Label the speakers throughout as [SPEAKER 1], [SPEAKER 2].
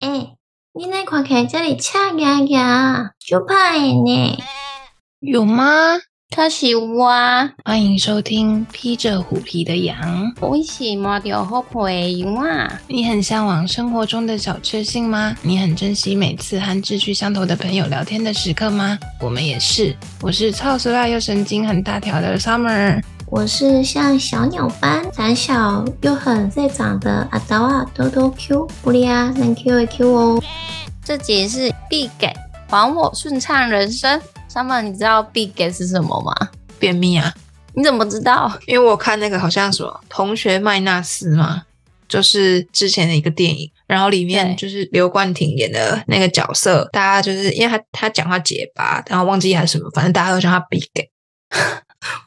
[SPEAKER 1] 哎、你那看起来这里赤牙牙，就怕的呢。
[SPEAKER 2] 有吗？
[SPEAKER 1] 可是我，
[SPEAKER 2] 欢迎收听《披着虎皮的羊》。
[SPEAKER 1] 我是摸着好皮的羊啊。
[SPEAKER 2] 你很向往生活中的小确幸吗？你很珍惜每次和志趣相投的朋友聊天的时刻吗？我们也是。我是超时辣又神经很大条的 Summer。
[SPEAKER 1] 我是像小鸟般胆小又很会长的阿达啊，多多 Q 不利啊，能 Q 一 Q 哦。这集是必给，还我顺畅人生。沙漠，你知道必给是什么吗？
[SPEAKER 2] 便秘啊！
[SPEAKER 1] 你怎么知道？
[SPEAKER 2] 因为我看那个好像什么《同学麦纳斯》嘛，就是之前的一个电影，然后里面
[SPEAKER 1] 对
[SPEAKER 2] 就是刘冠廷演的那个角色，大家就是因为他他讲他结巴，然后忘记他什么，反正大家都叫他 Big Gay。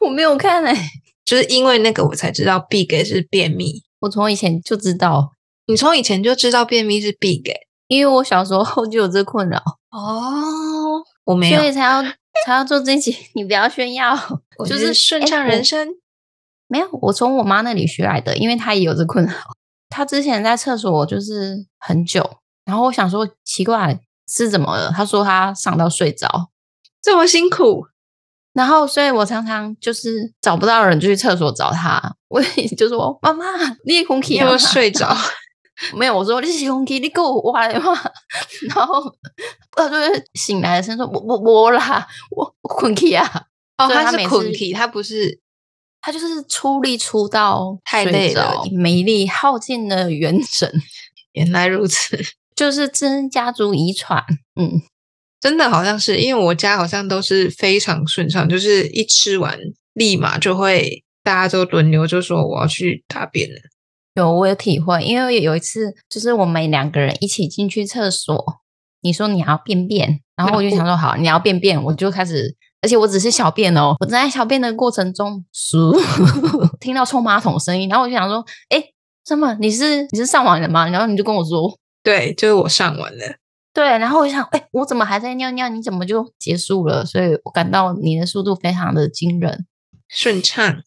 [SPEAKER 1] 我没有看哎、
[SPEAKER 2] 就是因为那个我才知道 Big Gay 是便秘。
[SPEAKER 1] 我从以前就知道，
[SPEAKER 2] 你从以前就知道便秘是 Big Gay
[SPEAKER 1] 因为我小时候就有这困扰，
[SPEAKER 2] 哦，我没有
[SPEAKER 1] 所，以才要才要做这集。你不要炫耀，
[SPEAKER 2] 我
[SPEAKER 1] 就
[SPEAKER 2] 就是是顺畅人生。
[SPEAKER 1] 没有，我从我妈那里学来的，因为她也有这困扰。她之前在厕所就是很久，然后我想说奇怪是怎么了，她说她上到睡着，
[SPEAKER 2] 这么辛苦，
[SPEAKER 1] 然后所以我常常就是找不到人就去厕所找她， 我也就说妈妈，你也空气啊
[SPEAKER 2] 又睡着，
[SPEAKER 1] 没有，我说你是空气，你给我挖的嘛，然后她就会醒来的声音说我我我啦，我我困气啊，
[SPEAKER 2] 哦，
[SPEAKER 1] 所以
[SPEAKER 2] 他
[SPEAKER 1] 他
[SPEAKER 2] 是
[SPEAKER 1] 每次
[SPEAKER 2] 困体，他不是
[SPEAKER 1] 她就是出力出到
[SPEAKER 2] 太
[SPEAKER 1] 睡
[SPEAKER 2] 累了
[SPEAKER 1] 着没力，耗尽了元神。
[SPEAKER 2] 原来如此，
[SPEAKER 1] 就是真家族遗传，嗯，
[SPEAKER 2] 真的好像是，因为我家好像都是非常顺畅，就是一吃完立马就会大家都轮流就说我要去大便了，
[SPEAKER 1] 有我有体会，因为有一次就是我们两个人一起进去厕所，你说你要便便，然后我就想说好，你要便便，我就开始，而且我只是小便哦，我正在小便的过程中，嗖 听到冲马桶声音，然后我就想说，哎，什么？你是你是上完了吗？然后你就跟我说，
[SPEAKER 2] 对，就是我上完了，
[SPEAKER 1] 对，然后我就想，哎，我怎么还在尿尿？你怎么就结束了？所以我感到你的速度非常的惊人。
[SPEAKER 2] 顺畅，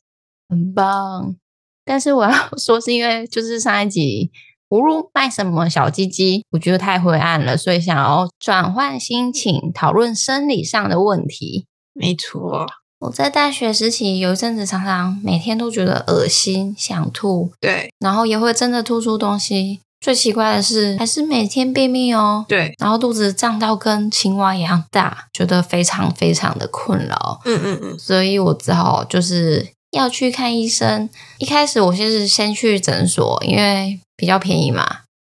[SPEAKER 1] 很棒。但是我要 说，是因为就是上一集葫芦卖什么小鸡鸡，我觉得太灰暗了，所以想要转换心情，讨论生理上的问题。
[SPEAKER 2] 没错，
[SPEAKER 1] 我在大学时期有一阵子，常常每天都觉得恶心、想吐，
[SPEAKER 2] 对
[SPEAKER 1] 然后也会真的吐出东西。最奇怪的是，还是每天便秘哦，
[SPEAKER 2] 对，
[SPEAKER 1] 然后肚子胀到跟青蛙一样大，觉得非常非常的困扰。
[SPEAKER 2] 嗯嗯嗯，
[SPEAKER 1] 所以我只好就是要去看医生。一开始我先是先去诊所，因为比较便宜嘛。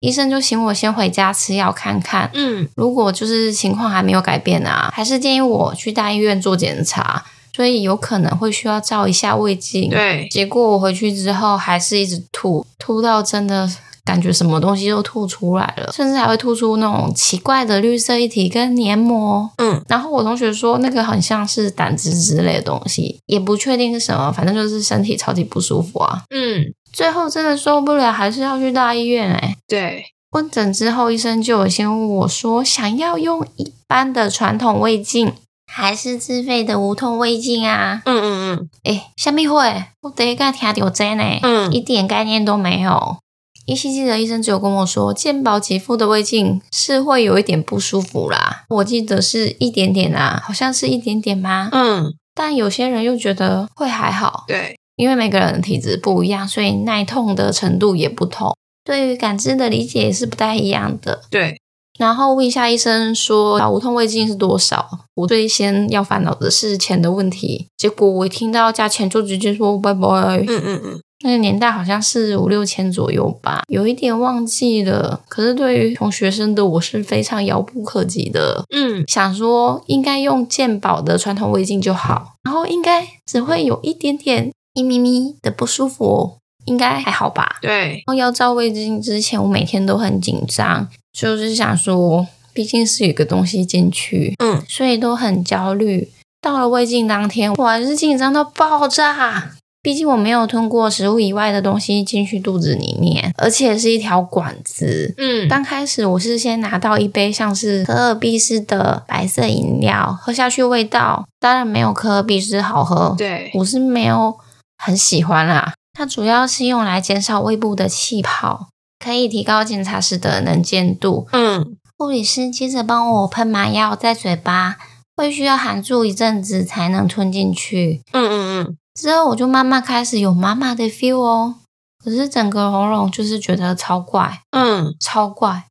[SPEAKER 1] 医生就请我先回家吃药看看，
[SPEAKER 2] 嗯，
[SPEAKER 1] 如果就是情况还没有改变啊，还是建议我去大医院做检查，所以有可能会需要照一下胃镜。，
[SPEAKER 2] 对，
[SPEAKER 1] 结果我回去之后还是一直吐，吐到真的感觉什么东西都吐出来了，甚至还会吐出那种奇怪的绿色液体跟黏膜。
[SPEAKER 2] 嗯，
[SPEAKER 1] 然后我同学说那个很像是胆汁之类的东西，也不确定是什么，反正就是身体超级不舒服啊。
[SPEAKER 2] 嗯，
[SPEAKER 1] 最后真的受不了，还是要去大医院哎、
[SPEAKER 2] 对，
[SPEAKER 1] 问诊之后，医生就有先问我说，想要用一般的传统胃镜，还是自费的无痛胃镜啊？
[SPEAKER 2] 嗯嗯嗯，
[SPEAKER 1] 诶，虾米会？我第一个听到真呢，
[SPEAKER 2] 嗯
[SPEAKER 1] 一点概念都没有。依稀记得医生只有跟我说，健保给付的胃镜是会有一点不舒服啦，我记得是一点点啊，好像是一点点吗？
[SPEAKER 2] 嗯，
[SPEAKER 1] 但有些人又觉得会还好，
[SPEAKER 2] 对，
[SPEAKER 1] 因为每个人的体质不一样，所以耐痛的程度也不同，对于感知的理解也是不太一样的。
[SPEAKER 2] 对，
[SPEAKER 1] 然后问一下医生说啊无痛胃镜是多少？我最先要烦恼的是钱的问题。结果我一听到价钱就直接说拜拜。
[SPEAKER 2] 嗯嗯嗯，
[SPEAKER 1] 那个年代好像是五六千左右吧，有一点忘记了。可是对于穷学生的我是非常遥不可及的。
[SPEAKER 2] 嗯，
[SPEAKER 1] 想说应该用健保的传统胃镜就好，然后应该只会有一点点一咪咪的不舒服哦，应该还好吧。
[SPEAKER 2] 对，
[SPEAKER 1] 然后要照胃镜之前，我每天都很紧张，就是想说，毕竟是有一个东西进去，
[SPEAKER 2] 嗯，
[SPEAKER 1] 所以都很焦虑。到了胃镜当天，我还是紧张到爆炸。毕竟我没有吞过食物以外的东西进去肚子里面，而且是一条管子。
[SPEAKER 2] 嗯，
[SPEAKER 1] 刚开始我是先拿到一杯像是可尔必斯的白色饮料，喝下去味道当然没有可尔必斯好喝，
[SPEAKER 2] 对，
[SPEAKER 1] 我是没有很喜欢啦。它主要是用来减少胃部的气泡，可以提高检察室的能见度。
[SPEAKER 3] 嗯，
[SPEAKER 1] 护理师接着帮我喷麻药在嘴巴，会需要含住一阵子才能吞进去。
[SPEAKER 3] 嗯嗯嗯，
[SPEAKER 1] 之后我就慢慢开始有妈妈的 feel 哦，可是整个喉咙就是觉得超怪，
[SPEAKER 3] 嗯
[SPEAKER 1] 超怪。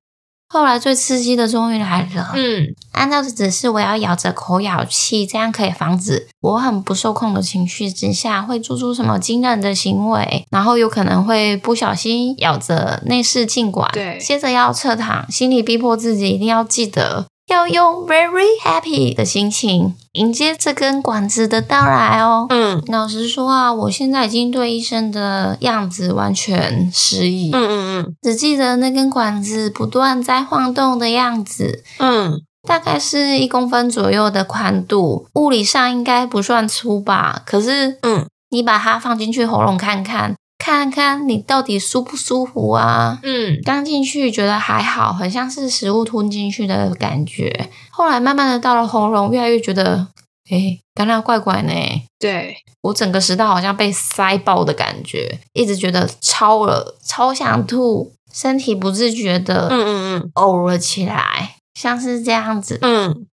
[SPEAKER 1] 后来最刺激的终于来了，
[SPEAKER 3] 嗯
[SPEAKER 1] 按照指示我要咬着口咬气，这样可以防止我很不受控的情绪之下会做出什么惊人的行为，然后有可能会不小心咬着内视镜管。
[SPEAKER 2] 对
[SPEAKER 1] 接着要侧躺，心里逼迫自己一定要记得要用 very happy 的心情迎接这根管子的到来哦。
[SPEAKER 3] 嗯
[SPEAKER 1] 老实说啊，我现在已经对医生的样子完全失忆，
[SPEAKER 3] 嗯
[SPEAKER 1] 只记得那根管子不断在晃动的样子，
[SPEAKER 3] 嗯嗯
[SPEAKER 1] 大概是一公分左右的宽度，物理上应该不算粗吧。可是，
[SPEAKER 3] 嗯，
[SPEAKER 1] 你把它放进去喉咙看看，看看你到底舒不舒服啊？
[SPEAKER 3] 嗯
[SPEAKER 1] 刚进去觉得还好，很像是食物吞进去的感觉。后来慢慢的到了喉咙，越来越觉得，诶，感染怪怪呢。
[SPEAKER 2] 对，
[SPEAKER 1] 我整个食道好像被塞爆的感觉，一直觉得超了，超想吐，身体不自觉
[SPEAKER 3] 嗯
[SPEAKER 1] 的
[SPEAKER 3] 嗯
[SPEAKER 1] 呕了起来，像是这样子。
[SPEAKER 3] 嗯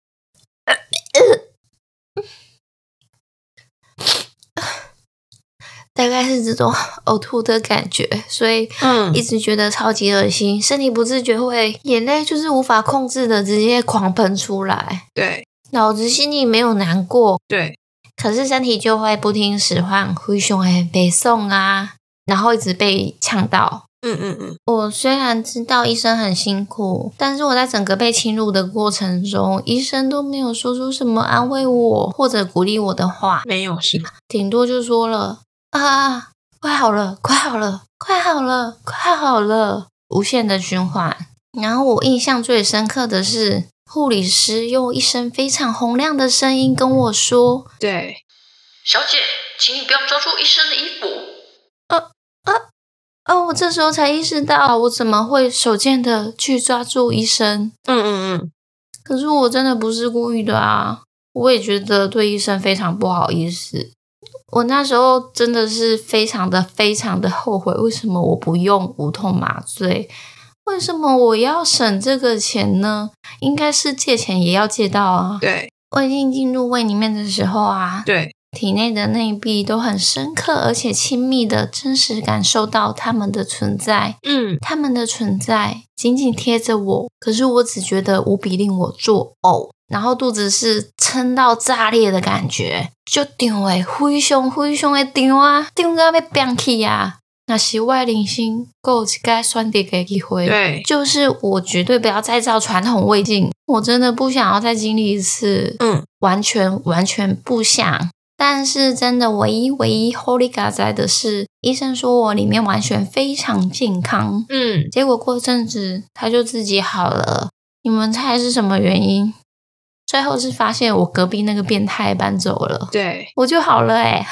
[SPEAKER 1] 大概是这种 呕吐的感觉，所以
[SPEAKER 3] 嗯
[SPEAKER 1] 一直觉得超级恶心，身体不自觉会眼泪就是无法控制的直接狂喷出来。
[SPEAKER 2] 对，
[SPEAKER 1] 脑子心里没有难过，
[SPEAKER 2] 对，
[SPEAKER 1] 可是身体就会不听使唤，灰熊哎被送啊，然后一直被呛到。
[SPEAKER 3] 嗯嗯
[SPEAKER 1] 我虽然知道医生很辛苦，但是我在整个被侵入的过程中，医生都没有说出什么安慰我或者鼓励我的话。
[SPEAKER 3] 没有是
[SPEAKER 1] 顶多就说了啊，快好了，快好了，快好了，快好了，无限的循环。然后我印象最深刻的是，护理师用一声非常洪亮的声音跟我说
[SPEAKER 2] 对，
[SPEAKER 4] 小姐，请你不要抓住医生的衣服。：“
[SPEAKER 1] 哦，我这时候才意识到，我怎么会手贱的去抓住医生？
[SPEAKER 3] 嗯嗯嗯
[SPEAKER 1] 可是我真的不是故意的啊！我也觉得对医生非常不好意思。我那时候真的是非常的非常的后悔，为什么我不用无痛麻醉？为什么我要省这个钱呢？应该是借钱也要借到啊！
[SPEAKER 2] 对，
[SPEAKER 1] 胃镜进入胃里面的时候啊，
[SPEAKER 2] 对，
[SPEAKER 1] 体内的内壁都很深刻而且亲密的真实感受到它们的存在。
[SPEAKER 3] 嗯
[SPEAKER 1] 他们的存在紧紧贴着我，可是我只觉得无比令我作呕，然后肚子是撑到炸裂的感觉，就顶诶，灰熊灰熊的顶啊，顶到要变去啊！那是我的人生，够一该选择的机会。
[SPEAKER 2] 对，
[SPEAKER 1] 就是我绝对不要再照传统胃镜，我真的不想要再经历一次，
[SPEAKER 3] 嗯，
[SPEAKER 1] 完全完全不想。但是真的，唯一唯一 Holy God 在的是，医生说我里面完全非常健康。
[SPEAKER 3] 嗯
[SPEAKER 1] 结果过阵子他就自己好了，你们猜是什么原因？最后是发现我隔壁那个变态搬走了，
[SPEAKER 2] 对。
[SPEAKER 1] 我就好了哎、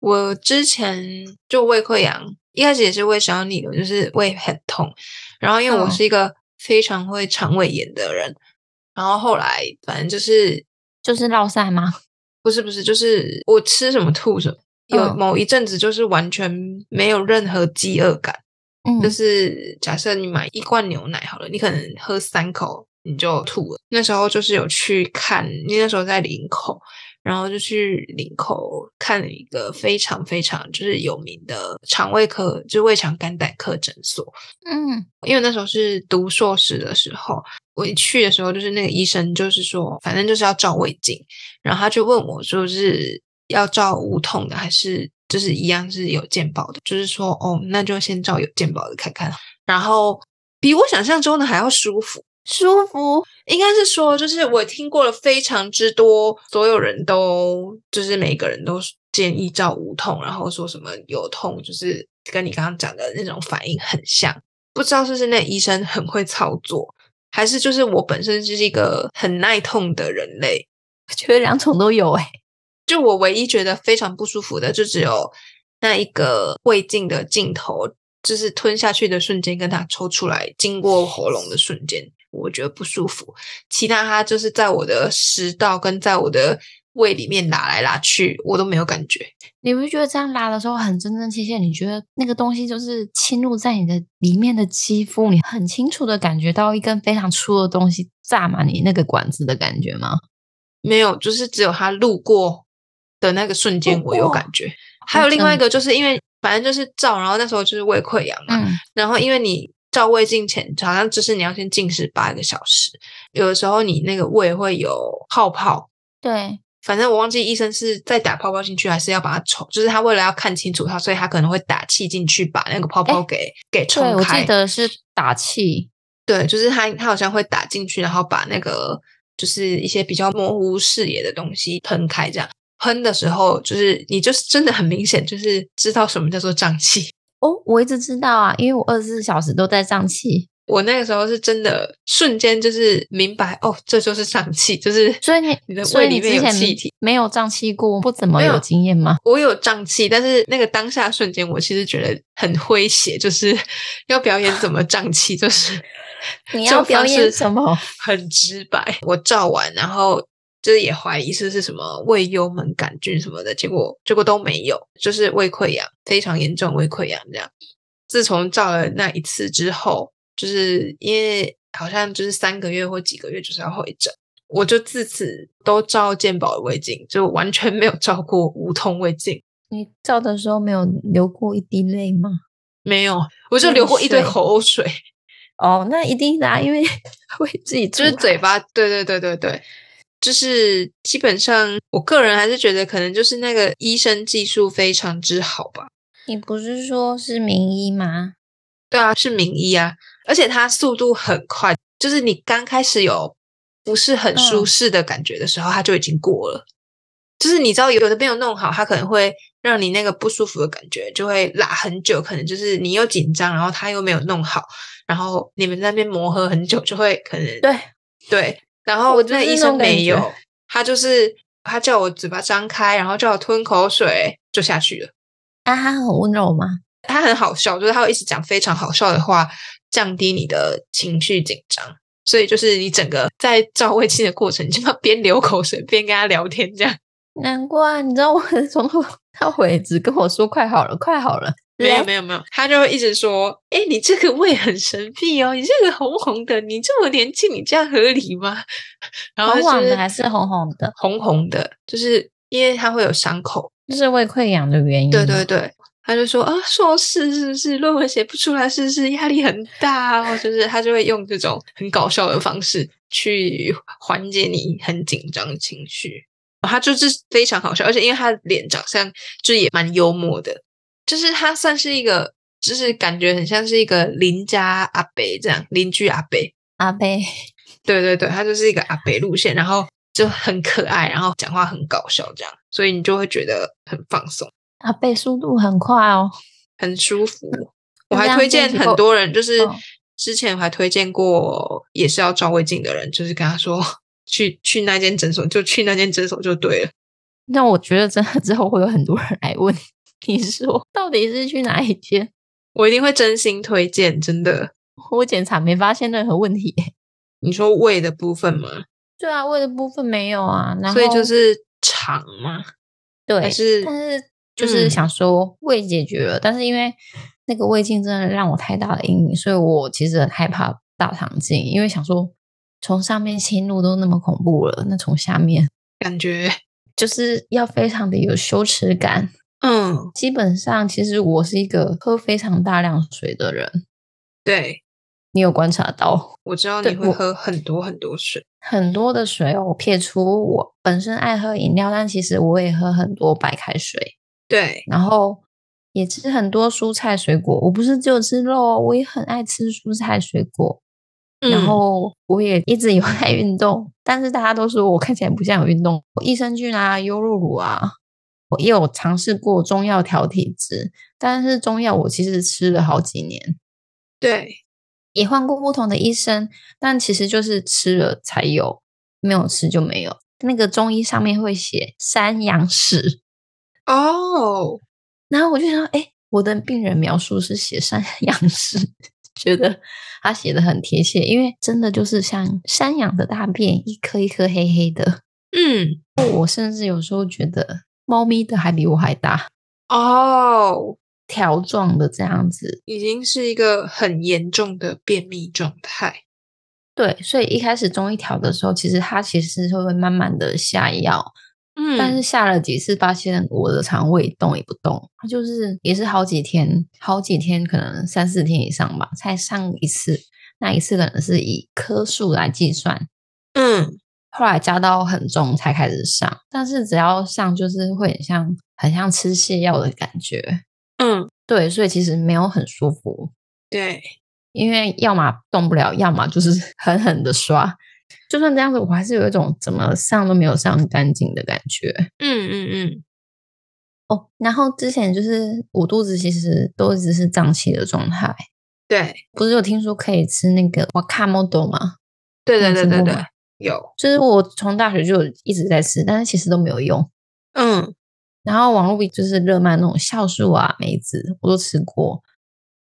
[SPEAKER 2] 我之前就胃溃疡，一开始也是胃小逆流，就是胃很痛。然后因为我
[SPEAKER 1] 嗯
[SPEAKER 2] 是一个非常会肠胃炎的人，然后后来反正就是
[SPEAKER 1] 就是落塞吗？
[SPEAKER 2] 不是不是，就是我吃什么吐什么。有
[SPEAKER 1] 嗯
[SPEAKER 2] 某一阵子就是完全没有任何饥饿感，
[SPEAKER 1] 嗯
[SPEAKER 2] 就是假设你买一罐牛奶好了，你可能喝三口你就吐了。那时候就是有去看，因为那时候在林口，然后就去林口看了一个非常非常就是有名的肠胃科，就是胃肠肝胆科诊所。
[SPEAKER 1] 嗯
[SPEAKER 2] 因为那时候是读硕士的时候，我一去的时候，就是那个医生就是说，反正就是要照胃镜，然后他就问我说是要照无痛的还是就是一样是有健保的，就是说哦，那就先照有健保的看看，然后比我想象中的还要舒服。
[SPEAKER 1] 舒服，
[SPEAKER 2] 应该是说，就是我听过了非常之多，所有人都就是每个人都建议照无痛，然后说什么有痛，就是跟你刚刚讲的那种反应很像。不知道是不是那医生很会操作，还是就是我本身就是一个很耐痛的人类。
[SPEAKER 1] 我 觉得两种都有哎、
[SPEAKER 2] 就我唯一觉得非常不舒服的，就只有那一个胃镜的镜头，就是吞下去的瞬间，跟它抽出来经过喉咙的瞬间，我觉得不舒服。其他它就是在我的食道跟在我的胃里面拉来拉去，我都没有感觉。
[SPEAKER 1] 你不觉得这样拉的时候很真真切切？你觉得那个东西就是侵入在你的里面的肌肤，你很清楚的感觉到一根非常粗的东西炸满你那个管子的感觉吗？
[SPEAKER 2] 没有，就是只有他路过的那个瞬间
[SPEAKER 1] 路
[SPEAKER 2] 我有
[SPEAKER 1] 过哦
[SPEAKER 2] 感觉。还有另外一个，就是因为反正就是照，然后那时候就是胃溃疡嘛，
[SPEAKER 1] 嗯，
[SPEAKER 2] 然后因为你照胃镜前，好像就是你要先禁食八个小时，有的时候你那个胃会有泡泡。
[SPEAKER 1] 对，
[SPEAKER 2] 反正我忘记医生是再打泡泡进去，还是要把它冲，就是他为了要看清楚它，所以他可能会打气进去，把那个泡泡
[SPEAKER 1] 哎
[SPEAKER 2] 给、给冲
[SPEAKER 1] 对，我
[SPEAKER 2] 开。
[SPEAKER 1] 记得是打气，
[SPEAKER 2] 对，就是他，他好像会打进去，然后把那个就是一些比较模糊视野的东西喷开，这样喷的时候，就是你就是真的很明显，就是知道什么叫做胀气。
[SPEAKER 1] 哦，我一直知道啊，因为我二十四小时都在胀气，
[SPEAKER 2] 我那个时候是真的瞬间就是明白，哦，这就是胀气，就是
[SPEAKER 1] 所以你，
[SPEAKER 2] 你的
[SPEAKER 1] 所
[SPEAKER 2] 胃
[SPEAKER 1] 以
[SPEAKER 2] 里
[SPEAKER 1] 你
[SPEAKER 2] 面
[SPEAKER 1] 之
[SPEAKER 2] 有
[SPEAKER 1] 前
[SPEAKER 2] 气体。
[SPEAKER 1] 没有胀气过，不怎么
[SPEAKER 2] 没有
[SPEAKER 1] 有经验吗？
[SPEAKER 2] 我有胀气，但是那个当下瞬间，我其实觉得很诙谐，就是 要表演怎么胀气，就是
[SPEAKER 1] 你
[SPEAKER 2] 这种
[SPEAKER 1] 要表
[SPEAKER 2] 方
[SPEAKER 1] 演
[SPEAKER 2] 式
[SPEAKER 1] 什么？
[SPEAKER 2] 很直白。我照完，然后就是也怀疑是是什么胃幽门杆菌什么的，结果结果都没有，就是胃溃疡非常严重，胃溃疡这样。自从照了那一次之后，就是因为好像就是三个月或几个月就是要回诊，我就自此都照健保的胃镜，就完全没有照过无痛胃镜。
[SPEAKER 1] 你照的时候没有流过一滴泪吗？
[SPEAKER 2] 没有，我就
[SPEAKER 1] 那
[SPEAKER 2] 流
[SPEAKER 1] 你
[SPEAKER 2] 过一堆
[SPEAKER 1] 水
[SPEAKER 2] 口水，
[SPEAKER 1] 哦，那一定的、啊，因为 会自己啊
[SPEAKER 2] 就是嘴巴，对对对对对，就是基本上，我个人还是觉得可能就是那个医生技术非常之好吧。
[SPEAKER 1] 你不是说是名医吗？
[SPEAKER 2] 对啊，是名医啊，而且他速度很快，就是你刚开始有不是很舒
[SPEAKER 1] 嗯
[SPEAKER 2] 适的感觉的时候，他就已经过了。就是你知道有有的没有弄好，他可能会让你那个不舒服的感觉就会拉很久，可能就是你又紧张，然后他又没有弄好，然后你们在那边磨合很久，就会可能
[SPEAKER 1] 对，
[SPEAKER 2] 对，然后
[SPEAKER 1] 我就
[SPEAKER 2] 那个
[SPEAKER 1] 是
[SPEAKER 2] 医
[SPEAKER 1] 那
[SPEAKER 2] 生
[SPEAKER 1] 种感
[SPEAKER 2] 没
[SPEAKER 1] 觉
[SPEAKER 2] 有，他就是他叫我嘴巴张开，然后叫我吞口水就下去了。
[SPEAKER 1] 啊，他很温柔吗？
[SPEAKER 2] 他很好笑，就是他会一直讲非常好笑的话，降低你的情绪紧张。所以就是你整个在照胃镜的过程，你就要边流口水边跟他聊天，这样
[SPEAKER 1] 难怪，你知道我从 头到尾只跟我说快好了，快好了，
[SPEAKER 2] 没有
[SPEAKER 1] 来
[SPEAKER 2] 没有没有，他就会一直说：“哎、你这个胃很神秘哦，你这个红红的，你这么年轻，你这样合理吗？”然后
[SPEAKER 1] 红
[SPEAKER 2] 就
[SPEAKER 1] 黄
[SPEAKER 2] 是
[SPEAKER 1] 的还是红红的，
[SPEAKER 2] 红红的，就是因为它会有伤口，
[SPEAKER 1] 这是胃溃疡的原因。
[SPEAKER 2] 对对，对，他就说啊，硕士是不是论文写不出来，是不是压力很大哦？就是他就会用这种很搞笑的方式去缓解你很紧张的情绪。他就是非常好笑，而且因为他的脸长相就也蛮幽默的，就是他算是一个，就是感觉很像是一个邻家阿伯这样，邻居阿伯。
[SPEAKER 1] 阿贝，
[SPEAKER 2] 对对对，他就是一个阿北路线，然后就很可爱，然后讲话很搞笑这样，所以你就会觉得很放松。
[SPEAKER 1] 阿贝速度很快哦。
[SPEAKER 2] 很舒服。我
[SPEAKER 1] 那嗯这
[SPEAKER 2] 还
[SPEAKER 1] 样
[SPEAKER 2] 推
[SPEAKER 1] 练
[SPEAKER 2] 荐
[SPEAKER 1] 习
[SPEAKER 2] 很
[SPEAKER 1] 后
[SPEAKER 2] 多人，就是
[SPEAKER 1] 嗯
[SPEAKER 2] 之前我还推荐过也是要照胃镜的人，就是跟他说去去那间诊所，就去那间诊所就对了。
[SPEAKER 1] 那我觉得真的 之后会有很多人来问你说，到底是去哪一间？
[SPEAKER 2] 我一定会真心推荐，真的。
[SPEAKER 1] 我检查没发现任何问题耶。
[SPEAKER 2] 你说胃的部分吗？
[SPEAKER 1] 对啊，胃的部分没有啊，然后
[SPEAKER 2] 所以就是肠吗？
[SPEAKER 1] 对，
[SPEAKER 2] 还是嗯
[SPEAKER 1] 但是就是想说胃解决了，但是因为那个胃镜真的让我太大的阴影，所以我其实很害怕大肠镜，因为想说从上面侵入都那么恐怖了，那从下面
[SPEAKER 2] 感觉
[SPEAKER 1] 就是要非常的有羞耻感。
[SPEAKER 2] 嗯，
[SPEAKER 1] 基本上，其实我是一个喝非常大量水的人，
[SPEAKER 2] 对，
[SPEAKER 1] 你有观察到
[SPEAKER 2] 我知道
[SPEAKER 1] 对
[SPEAKER 2] 你会
[SPEAKER 1] 我
[SPEAKER 2] 喝很多很多水。
[SPEAKER 1] 很多的水哦。撇除我本身爱喝饮料，但其实我也喝很多白开水。
[SPEAKER 2] 对，
[SPEAKER 1] 然后也吃很多蔬菜水果。我不是只有吃肉哦，我也很爱吃蔬菜水果。然
[SPEAKER 2] 嗯
[SPEAKER 1] 后我也一直有 在运动，但是大家都说我看起来不像有运动，我益生菌啊、优酪乳啊，我也有尝试过中药调体质，但是中药我其实吃了好几年，
[SPEAKER 2] 对，
[SPEAKER 1] 也换过不同的医生，但其实就是吃了才有，没有吃就没有。那个中医上面会写山羊屎，
[SPEAKER 2] 哦，
[SPEAKER 1] 然后我就想，哎，我的病人描述是写山羊式， 觉得他写的很贴切，因为真的就是像山羊的大便，一颗一颗黑黑的，
[SPEAKER 2] 嗯，
[SPEAKER 1] 我甚至有时候觉得猫咪的还比我还大，
[SPEAKER 2] 哦，
[SPEAKER 1] 条状的这样子。
[SPEAKER 2] 已经是一个很严重的便秘状态。
[SPEAKER 1] 对，所以一开始中医调的时候，其实它其实是会慢慢的下药，
[SPEAKER 2] 嗯
[SPEAKER 1] 但是下了几次，发现我的肠胃动也不动，它就是也是好几天，好几天，可能三四天以上吧，才上一次。那一次可能是以颗数来计算，
[SPEAKER 2] 嗯，
[SPEAKER 1] 后来加到很重才开始上，但是只要上就是会很像很像吃泻药的感觉，
[SPEAKER 2] 嗯，
[SPEAKER 1] 对，所以其实没有很舒服，
[SPEAKER 2] 对，
[SPEAKER 1] 因为要么动不了，要么就是狠狠的刷。就算这样子，我还是有一种怎么上都没有上干净的感觉
[SPEAKER 2] 嗯嗯嗯，
[SPEAKER 1] 哦。然后之前就是我肚子其实都一直是胀气的状态，
[SPEAKER 2] 对，
[SPEAKER 1] 不是有听说可以吃那个瓦卡莫多吗？
[SPEAKER 2] 对对
[SPEAKER 1] 你
[SPEAKER 2] 对
[SPEAKER 1] 有听
[SPEAKER 2] 对
[SPEAKER 1] 过
[SPEAKER 2] 对
[SPEAKER 1] 吗，
[SPEAKER 2] 有，
[SPEAKER 1] 就是我从大学就有一直在吃，但是其实都没有用。
[SPEAKER 2] 嗯
[SPEAKER 1] 然后网络就是热卖那种酵素啊、梅子，我都吃过。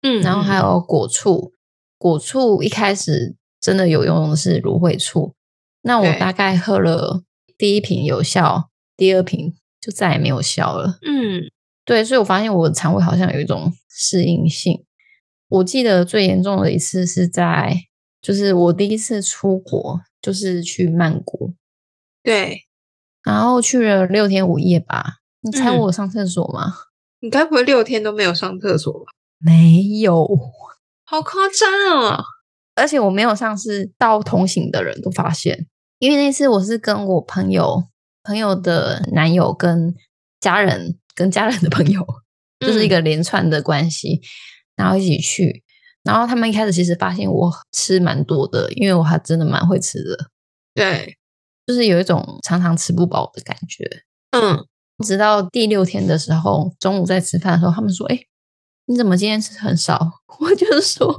[SPEAKER 2] 嗯，
[SPEAKER 1] 然后还
[SPEAKER 2] 嗯
[SPEAKER 1] 有果醋，果醋一开始真的有用的是芦荟醋，那我
[SPEAKER 2] 对
[SPEAKER 1] 大概喝了第一瓶有效，第二瓶就再也没有效了。
[SPEAKER 2] 嗯
[SPEAKER 1] 对，所以我发现我的肠胃好像有一种适应性。我记得最严重的一次是在，就是我第一次出国，就是去曼谷，
[SPEAKER 2] 对，
[SPEAKER 1] 然后去了六天五夜吧。你猜
[SPEAKER 2] 嗯
[SPEAKER 1] 我有上厕所吗？
[SPEAKER 2] 你该不会六天都没有上厕所吧？
[SPEAKER 1] 没有。
[SPEAKER 2] 好夸张啊！
[SPEAKER 1] 而且我没有上是到同行的人都发现，因为那次我是跟我朋友、朋友的男友跟家人、跟家人的朋友，就是一个连串的关系，然后一起去。然后他们一开始其实发现我吃蛮多的，因为我还真的蛮会吃的，
[SPEAKER 2] 对，
[SPEAKER 1] 就是有一种常常吃不饱的感觉。
[SPEAKER 2] 嗯
[SPEAKER 1] 直到第六天的时候，中午在吃饭的时候，他们说：“哎、你怎么今天吃很少？”我就说：“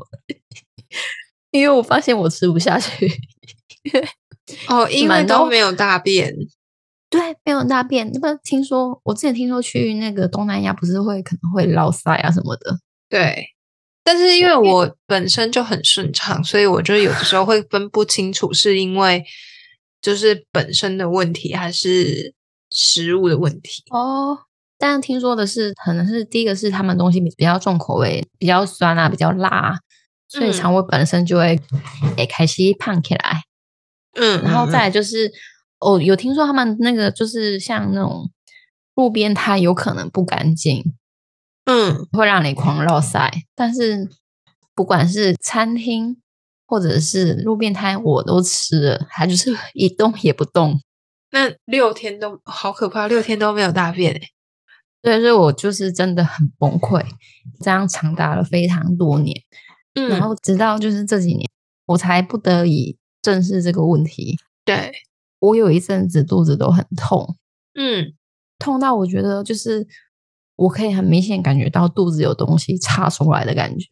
[SPEAKER 1] 因为我发现我吃不下去，
[SPEAKER 2] 哦，因为
[SPEAKER 1] 蛮多
[SPEAKER 2] 都没有大便，
[SPEAKER 1] 对，没有大便。那个听说，我之前听说去那个东南亚不是会可能会拉塞啊什么的，
[SPEAKER 2] 对。但是因为我本身就很顺畅，所以我就有的时候会分不清楚，是因为就是本身的问题，还是食物的问题。
[SPEAKER 1] 哦，但听说的是，可能是第一个是他们东西比比较重口味，比较酸啊，比较辣啊，所以
[SPEAKER 2] 嗯
[SPEAKER 1] 肠胃本身就会诶开始胖起来。
[SPEAKER 2] 嗯，
[SPEAKER 1] 然后
[SPEAKER 2] 嗯
[SPEAKER 1] 再来就是，哦，有听说他们那个就是像那种路边摊，有可能不干净，
[SPEAKER 2] 嗯
[SPEAKER 1] 会让你狂绕塞。但是不管是餐厅或者是路边摊，我都吃了，它就是 一动也不动。
[SPEAKER 2] 那六天都好可怕，六天都没有大便、欸、
[SPEAKER 1] 对，所以我就是真的很崩溃，这样长达了非常多年。
[SPEAKER 2] 嗯
[SPEAKER 1] 然后直到就是这几年，我才不得已正视这个问题。
[SPEAKER 2] 对，
[SPEAKER 1] 我有一阵子肚子都很痛，
[SPEAKER 2] 嗯
[SPEAKER 1] 痛到我觉得就是我可以很明显感觉到肚子有东西插出来的感觉。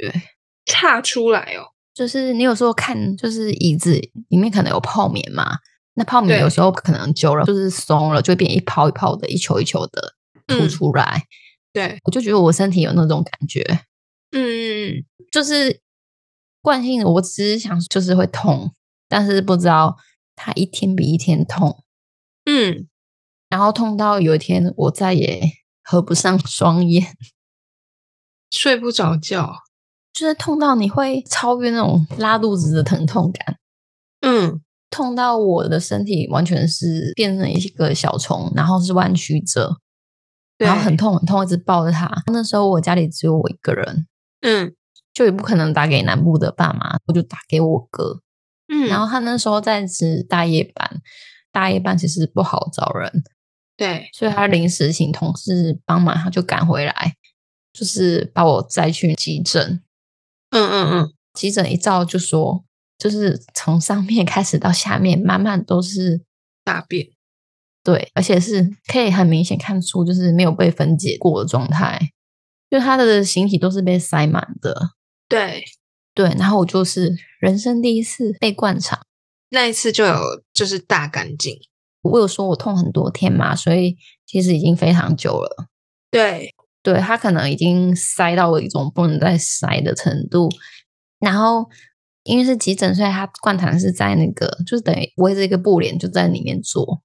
[SPEAKER 2] 岔出来哦，
[SPEAKER 1] 就是你有时候看，就是椅子里面可能有泡棉嘛，那泡棉
[SPEAKER 2] 对
[SPEAKER 1] 有时候可能久了就是松了，就会变一泡一泡的，一球一球的凸
[SPEAKER 2] 嗯
[SPEAKER 1] 出来。
[SPEAKER 2] 对，
[SPEAKER 1] 我就觉得我身体有那种感觉，
[SPEAKER 2] 嗯嗯
[SPEAKER 1] 就是惯性的，我只是想就是会痛，但是不知道它一天比一天痛，
[SPEAKER 2] 嗯嗯，
[SPEAKER 1] 然后痛到有一天我再也合不上双眼。
[SPEAKER 2] 睡不着觉，
[SPEAKER 1] 就是痛到你会超越那种拉肚子的疼痛感，
[SPEAKER 2] 嗯
[SPEAKER 1] 痛到我的身体完全是变成一个小虫，然后是弯曲着，
[SPEAKER 2] 对，
[SPEAKER 1] 然后很痛很痛，一直抱着它。那时候我家里只有我一个人，
[SPEAKER 2] 嗯
[SPEAKER 1] 就也不可能打给南部的爸妈，我就打给我哥。
[SPEAKER 2] 嗯，
[SPEAKER 1] 然后他那时候在值大夜班，大夜班其实不好找人，
[SPEAKER 2] 对，
[SPEAKER 1] 所以他临时请同事帮忙，他就赶回来，就是把我载去急诊。
[SPEAKER 2] 嗯嗯嗯，
[SPEAKER 1] 急诊一照就说，就是从上面开始到下面，慢慢都是
[SPEAKER 2] 大便，
[SPEAKER 1] 对，而且是可以很明显看出，就是没有被分解过的状态，就它的形体都是被塞满的。
[SPEAKER 2] 对，
[SPEAKER 1] 对，然后我就是人生第一次被灌肠，
[SPEAKER 2] 那一次就有就是大干净，
[SPEAKER 1] 我有说我痛很多天嘛，所以其实已经非常久了。
[SPEAKER 2] 对，
[SPEAKER 1] 对他可能已经塞到了一种不能再塞的程度。然后因为是急诊，所以他灌肠是在那个就是等于围着一个布帘就在里面做，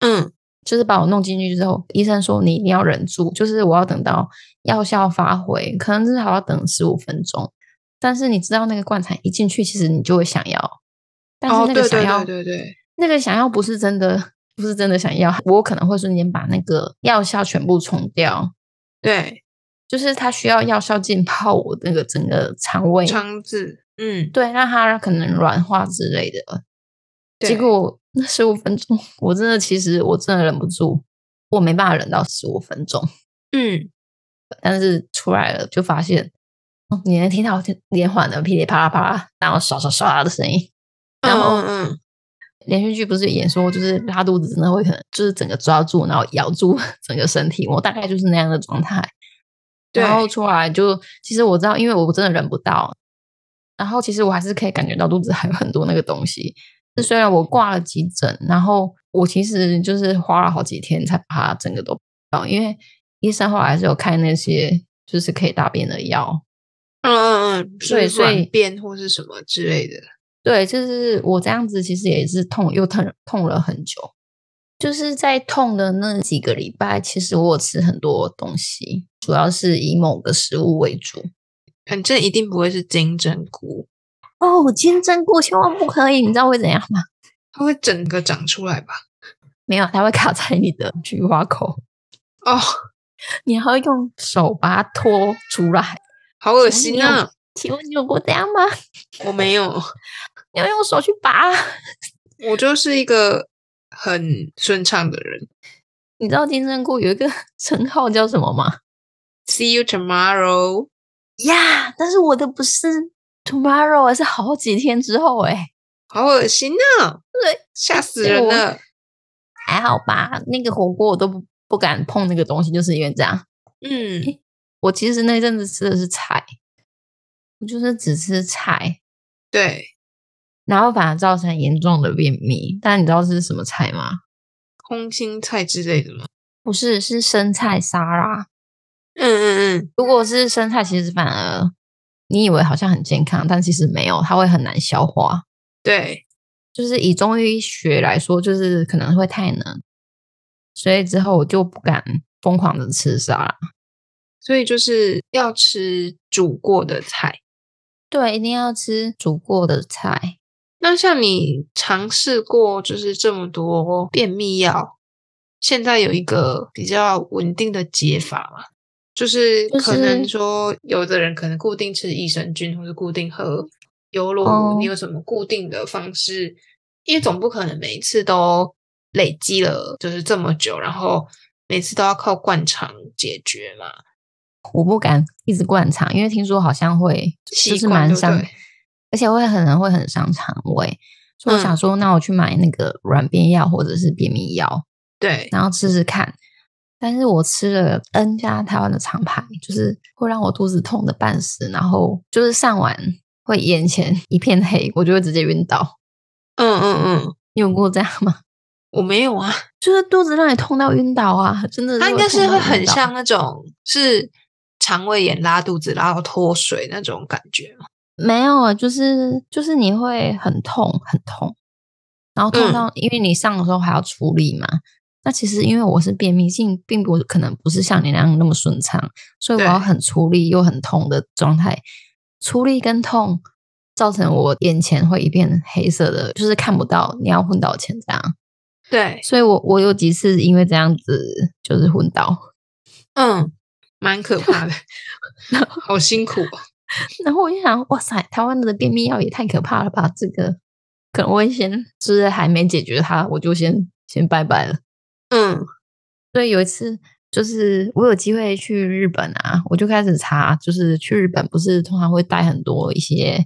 [SPEAKER 2] 嗯
[SPEAKER 1] 就是把我弄进去之后，医生说你一定要忍住，就是我要等到药效发挥，可能至少要等十五分钟。但是你知道那个灌肠一进去，其实你就会想要，但
[SPEAKER 2] 哦
[SPEAKER 1] 是那个
[SPEAKER 2] 对
[SPEAKER 1] 想
[SPEAKER 2] 对
[SPEAKER 1] 要，
[SPEAKER 2] 对对对
[SPEAKER 1] 那个想要不是真的，不是真的想要，我可能会瞬间把那个药效全部冲掉，
[SPEAKER 2] 对，
[SPEAKER 1] 就是它需要药效浸泡我那个整个肠胃，
[SPEAKER 2] 肠子，嗯，
[SPEAKER 1] 对，让它可能软化之类的。
[SPEAKER 2] 对
[SPEAKER 1] 结果那十五分钟，我真的其实我真的忍不住，我没办法忍到十五分钟。
[SPEAKER 2] 嗯，
[SPEAKER 1] 但是出来了就发现，哦你能听到就连环的噼里啪啦啪啦，然后刷刷刷的声音。然后
[SPEAKER 2] 嗯嗯嗯，
[SPEAKER 1] 连续剧不是演说，就是拉肚子真的会可能就是整个抓住，然后咬住 整个身体，我大概就是那样的状态。
[SPEAKER 2] 对
[SPEAKER 1] 然后出来就，其实我知道，因为我真的忍不到，然后其实我还是可以感觉到肚子还有很多那个东西。是虽然我挂了急诊，然后我其实就是花了好几天才把它整个都到，因为医生后来还是有开那些就是可以大便的药。
[SPEAKER 2] 嗯嗯嗯，
[SPEAKER 1] 对
[SPEAKER 2] 是
[SPEAKER 1] 所以
[SPEAKER 2] 软便或是什么之类的，
[SPEAKER 1] 对，就是我这样子，其实也是痛又疼，痛了很久。就是在痛的那几个礼拜，其实我有吃很多东西，主要是以某个食物为主。
[SPEAKER 2] 反正一定不会是金针菇，
[SPEAKER 1] 哦，金针菇千万不可以，你知道会怎样吗？
[SPEAKER 2] 它会整个长出来吧？
[SPEAKER 1] 没有，它会卡在你的菊花口，
[SPEAKER 2] 哦，
[SPEAKER 1] 你还要用手把它拖出来。
[SPEAKER 2] 好恶心
[SPEAKER 1] 你
[SPEAKER 2] 啊
[SPEAKER 1] 有！请问你有过这样吗？
[SPEAKER 2] 我没有，
[SPEAKER 1] 你要用手去拔。
[SPEAKER 2] 我就是一个很顺畅的人。
[SPEAKER 1] 你知道金针菇有一个 称号叫什么吗？
[SPEAKER 2] See you tomorrow。
[SPEAKER 1] 呀但是我的不是 tomorrow，而是啊好几天之后哎、
[SPEAKER 2] 好恶心啊！
[SPEAKER 1] 对，
[SPEAKER 2] 吓死
[SPEAKER 1] 对
[SPEAKER 2] 人
[SPEAKER 1] 我
[SPEAKER 2] 了。
[SPEAKER 1] 还好吧，那个火锅我都不不敢碰那个东西，就是因为这样。
[SPEAKER 2] 嗯，
[SPEAKER 1] 我其实那一阵子吃的是菜，我就是只吃菜，
[SPEAKER 2] 对，
[SPEAKER 1] 然后反而造成严重的便秘。但你知道是什么菜吗？
[SPEAKER 2] 空心菜之类的吗？
[SPEAKER 1] 不是，是生菜沙拉。
[SPEAKER 2] 嗯嗯嗯，
[SPEAKER 1] 如果是生菜，其实反而你以为好像很健康，但其实没有，它会很难消化。
[SPEAKER 2] 对，
[SPEAKER 1] 就是以中医学来说，就是可能会太冷，所以之后我就不敢疯狂的吃沙拉。
[SPEAKER 2] 所以就是要吃煮过的菜。
[SPEAKER 1] 对，一定要吃煮过的菜。
[SPEAKER 2] 那像你尝试过就是这么多便秘药，现在有一个比较稳定的解法嘛？就是
[SPEAKER 1] 就
[SPEAKER 2] 可能
[SPEAKER 1] 是
[SPEAKER 2] 说，有的人可能固定吃益生菌，或是固定喝优酪乳，
[SPEAKER 1] 哦
[SPEAKER 2] 你有什么固定的方式？因为总不可能每一次都累积了就是这么久，然后每次都要靠灌肠解决嘛？
[SPEAKER 1] 我不敢一直灌肠，因为听说好像会
[SPEAKER 2] 习
[SPEAKER 1] 就是
[SPEAKER 2] 惯
[SPEAKER 1] 蛮
[SPEAKER 2] 对不
[SPEAKER 1] 伤，
[SPEAKER 2] 对
[SPEAKER 1] 而且会可能会很伤肠胃。所以我
[SPEAKER 2] 嗯
[SPEAKER 1] 想说，那我去买那个软便药或者是便秘药，
[SPEAKER 2] 对，
[SPEAKER 1] 然后吃吃看。但是我吃了 N 家台湾的厂牌，就是会让我肚子痛的半死，然后就是上完会眼前一片黑，我就会直接晕倒。
[SPEAKER 2] 嗯嗯嗯，
[SPEAKER 1] 你有过这样吗？
[SPEAKER 2] 我没有啊，
[SPEAKER 1] 就是肚子让你痛到晕倒啊，真的。
[SPEAKER 2] 它应该是会很
[SPEAKER 1] 像。
[SPEAKER 2] 像那种是肠胃炎拉肚子拉到脱水那种感觉嘛。
[SPEAKER 1] 没有啊，就是就是你会很痛很痛，然后痛到、因为你上的时候还要处理嘛。那其实因为我是便秘性，并不可能不是像你那样那么顺畅，所以我
[SPEAKER 2] 对
[SPEAKER 1] 要很处理又很痛的状态，处理跟痛造成我眼前会一片黑色的，就是看不到，你要昏倒前这样。
[SPEAKER 2] 对，
[SPEAKER 1] 所以我我有几次因为这样子就是昏倒，
[SPEAKER 2] 嗯，蛮可怕 的，好辛苦哦。
[SPEAKER 1] 然后我就想，哇塞，台湾的便秘药也太可怕了吧！这个可能我会先就是还没解决它，我就先先拜拜了。
[SPEAKER 2] 嗯，
[SPEAKER 1] 所以有一次，就是我有机会去日本啊，我就开始查，就是去日本不是通常会带很多一些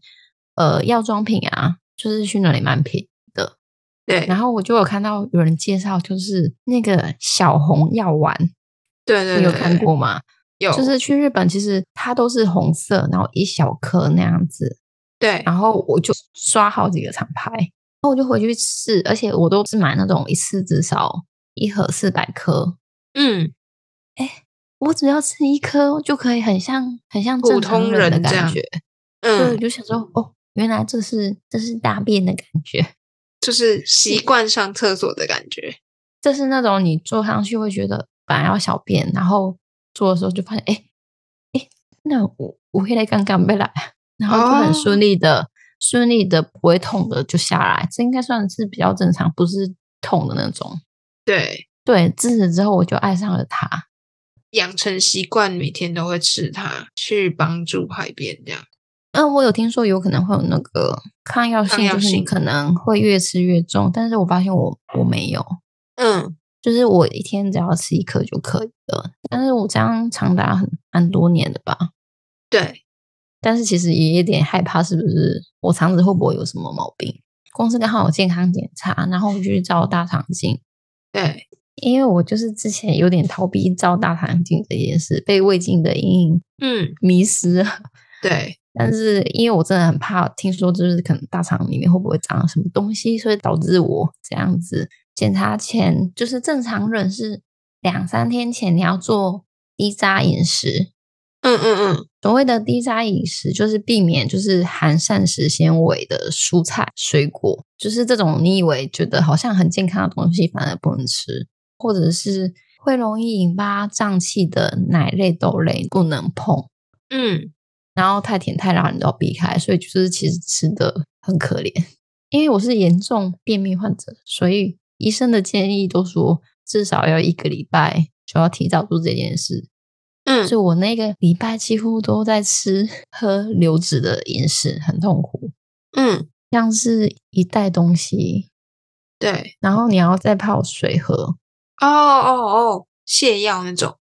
[SPEAKER 1] 呃药妆品啊，就是去那里蛮便宜的。
[SPEAKER 2] 对，
[SPEAKER 1] 然后我就有看到有人介绍，就是那个小红药丸，
[SPEAKER 2] 对对
[SPEAKER 1] 你
[SPEAKER 2] 对，
[SPEAKER 1] 有看过吗？
[SPEAKER 2] 有，
[SPEAKER 1] 就是去日本，其实它都是红色，然后一小颗那样子。
[SPEAKER 2] 对，
[SPEAKER 1] 然后我就刷好几个厂牌，然后我就回去试，而且我都是买那种一次至少一盒四百颗，
[SPEAKER 2] 嗯，
[SPEAKER 1] 我只要吃一颗就可以很像很像
[SPEAKER 2] 普
[SPEAKER 1] 正常
[SPEAKER 2] 通
[SPEAKER 1] 人的
[SPEAKER 2] 人这
[SPEAKER 1] 感
[SPEAKER 2] 样
[SPEAKER 1] 觉，对，我
[SPEAKER 2] 嗯，
[SPEAKER 1] 就想说哦，原来这是这是大便的感觉，
[SPEAKER 2] 就是习惯上厕所的感觉。
[SPEAKER 1] 这是那种你坐上去会觉得本来要小便，然后坐的时候就发现，哎、哎、那我我会来刚刚被来，然后就
[SPEAKER 2] 哦
[SPEAKER 1] 很顺利的、顺利的不会痛的就下来，这应该算是比较正常，不是痛的那种。
[SPEAKER 2] 对，
[SPEAKER 1] 对，自此之后我就爱上了它。
[SPEAKER 2] 养成习惯，每天都会吃它，去帮助排便这样。
[SPEAKER 1] 嗯，我有听说有可能会有那个抗药
[SPEAKER 2] 抗
[SPEAKER 1] 性，
[SPEAKER 2] 药
[SPEAKER 1] 就是你
[SPEAKER 2] 性
[SPEAKER 1] 可能会越吃越重，但是我发现我我没有，
[SPEAKER 2] 嗯，
[SPEAKER 1] 就是我一天只要吃一颗就可以了。但是我这样长达很蛮多年的吧，
[SPEAKER 2] 对，
[SPEAKER 1] 但是其实也有点害怕，是不是我肠子会不会有什么毛病？公司刚好有健康检查，然后我就去照大肠镜，
[SPEAKER 2] 对，
[SPEAKER 1] 因为我就是之前有点逃避照大肠镜这件事，被胃镜的阴影
[SPEAKER 2] 嗯，
[SPEAKER 1] 迷失了。
[SPEAKER 2] 对，
[SPEAKER 1] 但是因为我真的很怕，听说就是可能大肠里面会不会长什么东西，所以导致我这样子。检查前就是正常人是两三天前你要做低渣饮食。
[SPEAKER 2] 嗯嗯嗯，
[SPEAKER 1] 所谓的低渣饮食，就是避免就是含膳食纤维的蔬菜、水果，就是这种你以为觉得好像很健康的东西，反而不能吃，或者是会容易引发胀气的奶类、豆类不能碰。
[SPEAKER 2] 嗯，
[SPEAKER 1] 然后太甜太辣你都要避开，所以就是其实吃的很可怜。因为我是严重便秘患者，所以医生的建议都说至少要一个礼拜就要提早做这件事。
[SPEAKER 2] 嗯，
[SPEAKER 1] 所以我那个礼拜几乎都在吃 喝流质的饮食，很痛苦。
[SPEAKER 2] 嗯，
[SPEAKER 1] 像是一袋东西，
[SPEAKER 2] 对，
[SPEAKER 1] 然后你要再泡水喝。
[SPEAKER 2] 哦哦哦，泻药那种，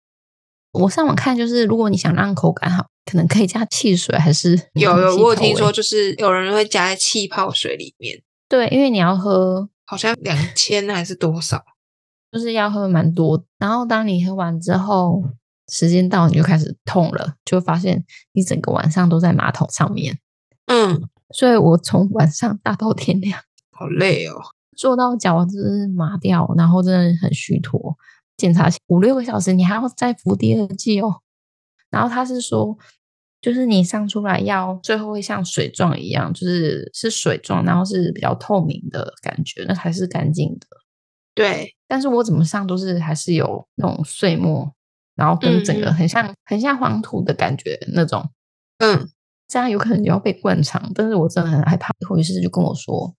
[SPEAKER 1] 我上网看，就是如果你想让口感好，可能可以加汽水，还是柠
[SPEAKER 2] 有
[SPEAKER 1] 檬
[SPEAKER 2] 有，
[SPEAKER 1] 嗯气
[SPEAKER 2] 我有
[SPEAKER 1] 口
[SPEAKER 2] 听
[SPEAKER 1] 味
[SPEAKER 2] 说，就是有人会加在气泡水里面，
[SPEAKER 1] 对，因为你要喝
[SPEAKER 2] 好像 两千还是多少？
[SPEAKER 1] 就是要喝蛮多，然后当你喝完之后，时间到你就开始痛了，就会发现你整个晚上都在马桶上面。
[SPEAKER 2] 嗯，
[SPEAKER 1] 所以我从晚上大到天亮，
[SPEAKER 2] 好累哦。
[SPEAKER 1] 坐到脚就是麻掉，然后真的很虚脱。检查五六个小时，你还要再服第二剂哦。然后他是说，就是你上出来药，最后会像水状一样，就是是水状，然后是比较透明的感觉，那才是干净的。
[SPEAKER 2] 对，
[SPEAKER 1] 但是我怎么上都是还是有那种碎末，然后跟整
[SPEAKER 2] 嗯
[SPEAKER 1] 个
[SPEAKER 2] 嗯
[SPEAKER 1] 很像、很像黄土的感觉那种，
[SPEAKER 2] 嗯，
[SPEAKER 1] 这样有可能就要被灌肠，但是我真的很害怕。护士就跟我说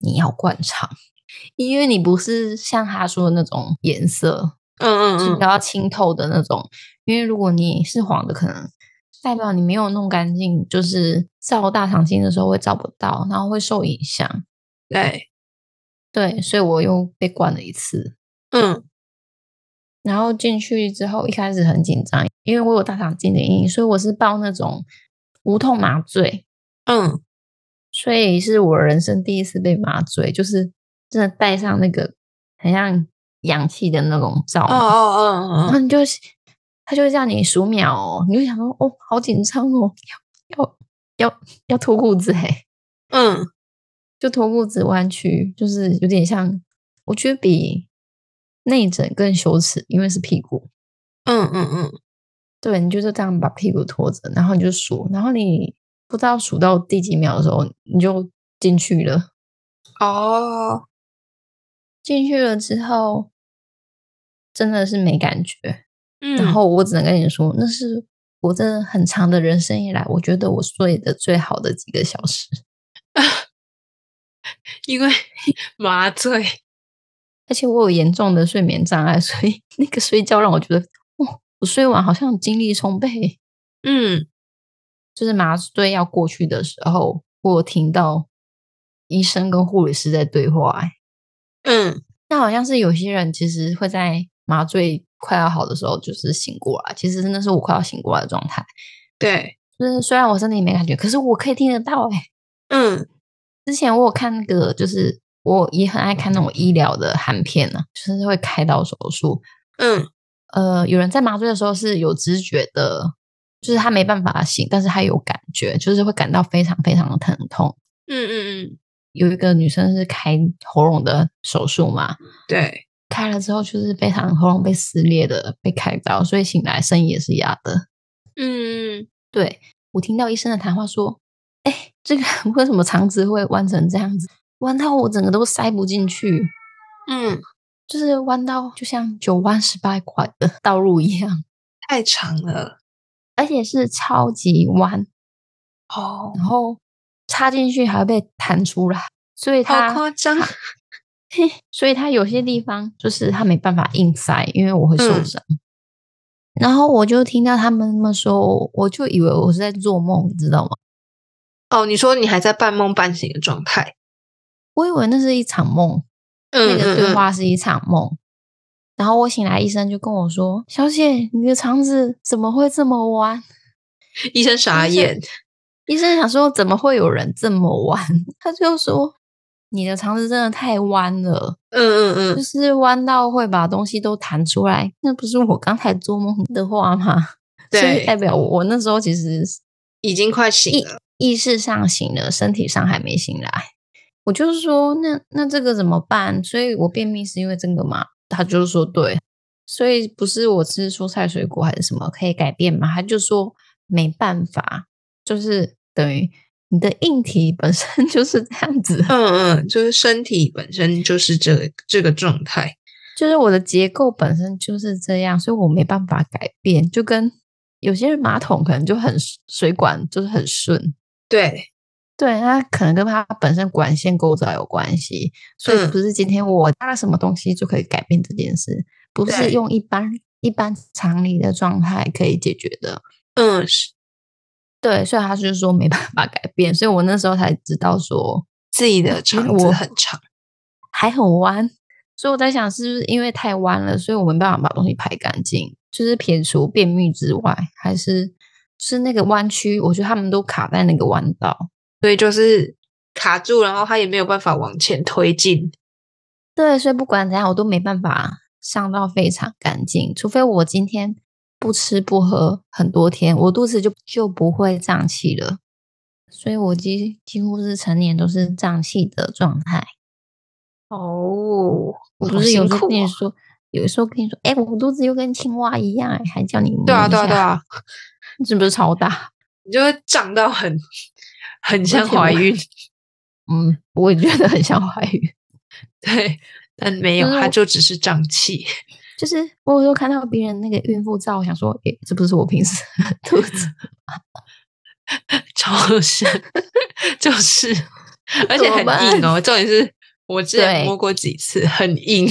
[SPEAKER 1] 你要灌肠，因为你不是像他说的那种颜色，
[SPEAKER 2] 嗯
[SPEAKER 1] 是
[SPEAKER 2] 嗯
[SPEAKER 1] 比
[SPEAKER 2] 嗯，
[SPEAKER 1] 较清透的那种，因为如果你是黄的，可能。代表你没有弄干净，就是照大肠镜的时候会照不到，然后会受影响。
[SPEAKER 2] 对，
[SPEAKER 1] 对，所以我又被灌了一次。
[SPEAKER 2] 嗯
[SPEAKER 1] 然后进去之后，一开始很紧张，因为我有大肠镜的阴影，所以我是报那种无痛麻醉，
[SPEAKER 2] 嗯，
[SPEAKER 1] 所以是我人生第一次被麻醉，就是真的戴上那个很像氧气的那种罩
[SPEAKER 2] 哦
[SPEAKER 1] 嘛，然
[SPEAKER 2] 哦嗯
[SPEAKER 1] 后
[SPEAKER 2] 嗯，
[SPEAKER 1] 你就他就会叫你数秒哦，你就想说哦，好紧张哦，要要要要脱裤子哎、
[SPEAKER 2] 嗯
[SPEAKER 1] 就脱裤子弯曲，就是有点像，我觉得比内诊更羞耻，因为是屁股。
[SPEAKER 2] 嗯嗯嗯，
[SPEAKER 1] 对，你就是这样把屁股拖着，然后你就数，然后你不知道数到第几秒的时候，你就进去了。
[SPEAKER 2] 哦，
[SPEAKER 1] 进去了之后，真的是没感觉。
[SPEAKER 2] 嗯，
[SPEAKER 1] 然后我只能跟你说，那是我这很长的人生以来，我觉得我睡得最好的几个小时。
[SPEAKER 2] 因 为麻醉，
[SPEAKER 1] 而且我有严重的睡眠障碍， 所以那个睡觉让我觉得，哦，我睡完好像精力充沛。
[SPEAKER 2] 嗯
[SPEAKER 1] 就是麻醉要过去的时候，我有听到医生跟护理师在对话、欸。
[SPEAKER 2] 嗯
[SPEAKER 1] 那好像是有些人其实会在麻醉快要好的时候，就是醒过来。其实真的是我快要醒过来的状态，
[SPEAKER 2] 对，
[SPEAKER 1] 就是虽然我身体没感觉，可是我可以听得到、欸。
[SPEAKER 2] 嗯
[SPEAKER 1] 之前我有看那个，就是我也很爱看那种医疗的韩片呢、就是会开刀手术。
[SPEAKER 2] 嗯
[SPEAKER 1] 呃，有人在麻醉的时候是有知觉的，就是他没办法醒，但是他有感觉，就是会感到非常非常的疼痛。
[SPEAKER 2] 嗯嗯嗯，
[SPEAKER 1] 有一个女生是开喉咙的手术嘛，
[SPEAKER 2] 对，
[SPEAKER 1] 开了之后就是非常喉咙被撕裂的被开刀，所以醒来声音也是哑的。
[SPEAKER 2] 嗯
[SPEAKER 1] 对我听到医生的谈话说：“哎、这个人为什么肠子会弯成这样子？弯到我整个都塞不进去。
[SPEAKER 2] 嗯
[SPEAKER 1] 就是弯到就像九弯十八拐的道路一样，
[SPEAKER 2] 太长了
[SPEAKER 1] 而且是超级弯，
[SPEAKER 2] 哦，
[SPEAKER 1] 然后插进去还会被弹出来，所以它
[SPEAKER 2] 好夸张，
[SPEAKER 1] 所以它有些地方就是它没办法硬塞，因为我会受
[SPEAKER 2] 嗯
[SPEAKER 1] 伤。然后我就听到他们那么说，我就以为我是在做梦，你知道吗？
[SPEAKER 2] 哦，你说你还在半梦半醒的状态，
[SPEAKER 1] 我以为那是一场梦，那
[SPEAKER 2] 嗯
[SPEAKER 1] 个对，话是一场梦。然后我醒来，医生就跟我说：“小姐，你的肠子怎么会这么弯
[SPEAKER 2] 嗯医生傻眼，？”
[SPEAKER 1] 医生想说：“怎么会有人这么弯？” 他就说：“你的肠子真的太弯了，
[SPEAKER 2] 嗯嗯
[SPEAKER 1] 就
[SPEAKER 2] 嗯，
[SPEAKER 1] 是弯到会把东西都弹出来。那不是我刚才做梦的话吗？ 所以
[SPEAKER 2] 对
[SPEAKER 1] 代，表我我那时候其实
[SPEAKER 2] 已经快醒
[SPEAKER 1] 意
[SPEAKER 2] 了，
[SPEAKER 1] 意识上醒了，身体上还没醒来。我就是说，那那这个怎么办？所以我便秘是因为这个嘛？他就是说对，所以不是我吃蔬菜水果还是什么可以改变吗？他就说没办法，就是等于你的硬体本身 就是这样子的，
[SPEAKER 2] 嗯嗯，就是身体本身就是这个这个状态，
[SPEAKER 1] 就是我的结构本身就是这样，所以我没办法改变。就跟有些人马桶可能就很水管就是很顺，
[SPEAKER 2] 对，
[SPEAKER 1] 对，它可能跟它本身管线构造有关系，所以
[SPEAKER 2] 嗯
[SPEAKER 1] 不是今天我加了什么东西就可以改变这件事，不是
[SPEAKER 2] 对
[SPEAKER 1] 用一般一般常理的状态可以解决的。
[SPEAKER 2] 嗯是
[SPEAKER 1] 对，所以他就说没办法改变，所以我那时候才知道说
[SPEAKER 2] 自己的肠子
[SPEAKER 1] 我
[SPEAKER 2] 很长，
[SPEAKER 1] 还很弯，所以我在想是不是因为太弯了，所以我没办法把东西排干净，就是撇除便秘之外，还是就是那个弯曲，我觉得他们都卡在那个弯道。
[SPEAKER 2] 所以就是卡住，然后他也没有办法往前推进，
[SPEAKER 1] 对，所以不管怎样，我都没办法上到非常干净，除非我今天不吃不喝很多天，我肚子就就不会胀气了。所以我几几乎是成年都是胀气的状态。
[SPEAKER 2] 哦，
[SPEAKER 1] 我
[SPEAKER 2] 好
[SPEAKER 1] 不是有
[SPEAKER 2] 辛
[SPEAKER 1] 时候
[SPEAKER 2] 苦
[SPEAKER 1] 跟你
[SPEAKER 2] 哦
[SPEAKER 1] 说，有时候跟你说，哎、我肚子又跟青蛙一样、欸还叫你摸
[SPEAKER 2] 对啊
[SPEAKER 1] 一
[SPEAKER 2] 对啊对
[SPEAKER 1] 下，
[SPEAKER 2] 啊，
[SPEAKER 1] 是不是超大？
[SPEAKER 2] 你就会胀到很很像
[SPEAKER 1] 而且我
[SPEAKER 2] 怀孕，
[SPEAKER 1] 嗯，我也觉得很像怀孕。
[SPEAKER 2] 对，但没有，
[SPEAKER 1] 就是
[SPEAKER 2] 它
[SPEAKER 1] 我
[SPEAKER 2] 就只是胀气。
[SPEAKER 1] 就是我有时候看到别人那个孕妇照，我想说，哎、这不是我平时 的肚子。
[SPEAKER 2] 超像，就是，而且
[SPEAKER 1] 怎么
[SPEAKER 2] 很
[SPEAKER 1] 办
[SPEAKER 2] 硬哦。重点是我之前
[SPEAKER 1] 对
[SPEAKER 2] 摸过几次，很硬，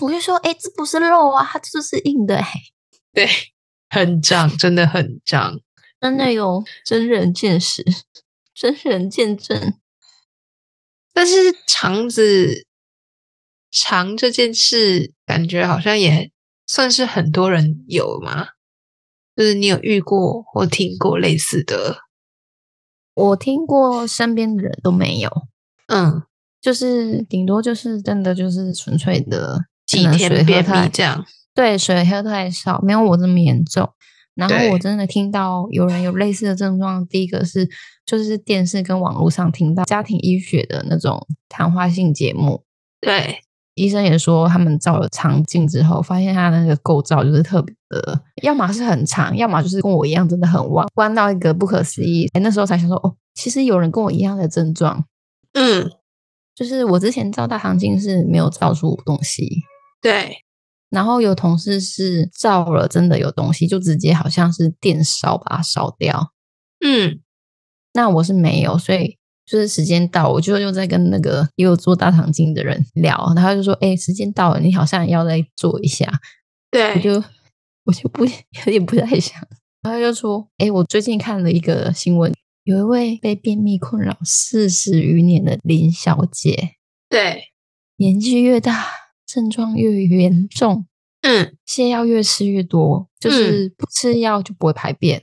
[SPEAKER 1] 我就说，哎、这不是肉啊，它就是硬的、欸。
[SPEAKER 2] 对，很胀，真的很胀。
[SPEAKER 1] 真的有真人见识，真人见证。
[SPEAKER 2] 但是肠子肠这件事，感觉好像也算是很多人有嘛。就是你有遇过或听过类似的，
[SPEAKER 1] 我听过身边的人都没有，
[SPEAKER 2] 嗯，
[SPEAKER 1] 就是顶多就是真的就是纯粹的
[SPEAKER 2] 几
[SPEAKER 1] 可能水
[SPEAKER 2] 天
[SPEAKER 1] 喝
[SPEAKER 2] 便秘
[SPEAKER 1] 太
[SPEAKER 2] 这样，
[SPEAKER 1] 对水喝太少，没有我这么严重。然后
[SPEAKER 2] 对
[SPEAKER 1] 我真的听到有人有类似的症状，第一个是就是电视跟网络上听到家庭医学的那种谈话性节目，
[SPEAKER 2] 对，
[SPEAKER 1] 医生也说他们照了肠镜之后，发现它那个构造就是特别的，要么是很长，要么就是跟我一样真的很弯，弯到一个不可思议。哎那时候才想说，哦，其实有人跟我一样的症状，
[SPEAKER 2] 嗯，
[SPEAKER 1] 就是我之前照大肠镜是没有照出东西，
[SPEAKER 2] 对，
[SPEAKER 1] 然后有同事是照了真的有东西，就直接好像是电烧把它烧掉。
[SPEAKER 2] 嗯，
[SPEAKER 1] 那我是没有，所以就是时间到，我就又在跟那个也有做大肠镜的人聊，然后他就说，哎、时间到了，你好像也要再做一下。我
[SPEAKER 2] 对，
[SPEAKER 1] 就我就不 有点不太想。然后他就说：“哎、我最近看了一个新闻，有一位被便秘困扰四十余年的林小姐，
[SPEAKER 2] 对，
[SPEAKER 1] 年纪越大，症状越严重，
[SPEAKER 2] 嗯，
[SPEAKER 1] 泻药越吃越多，就是不吃药就不会排便，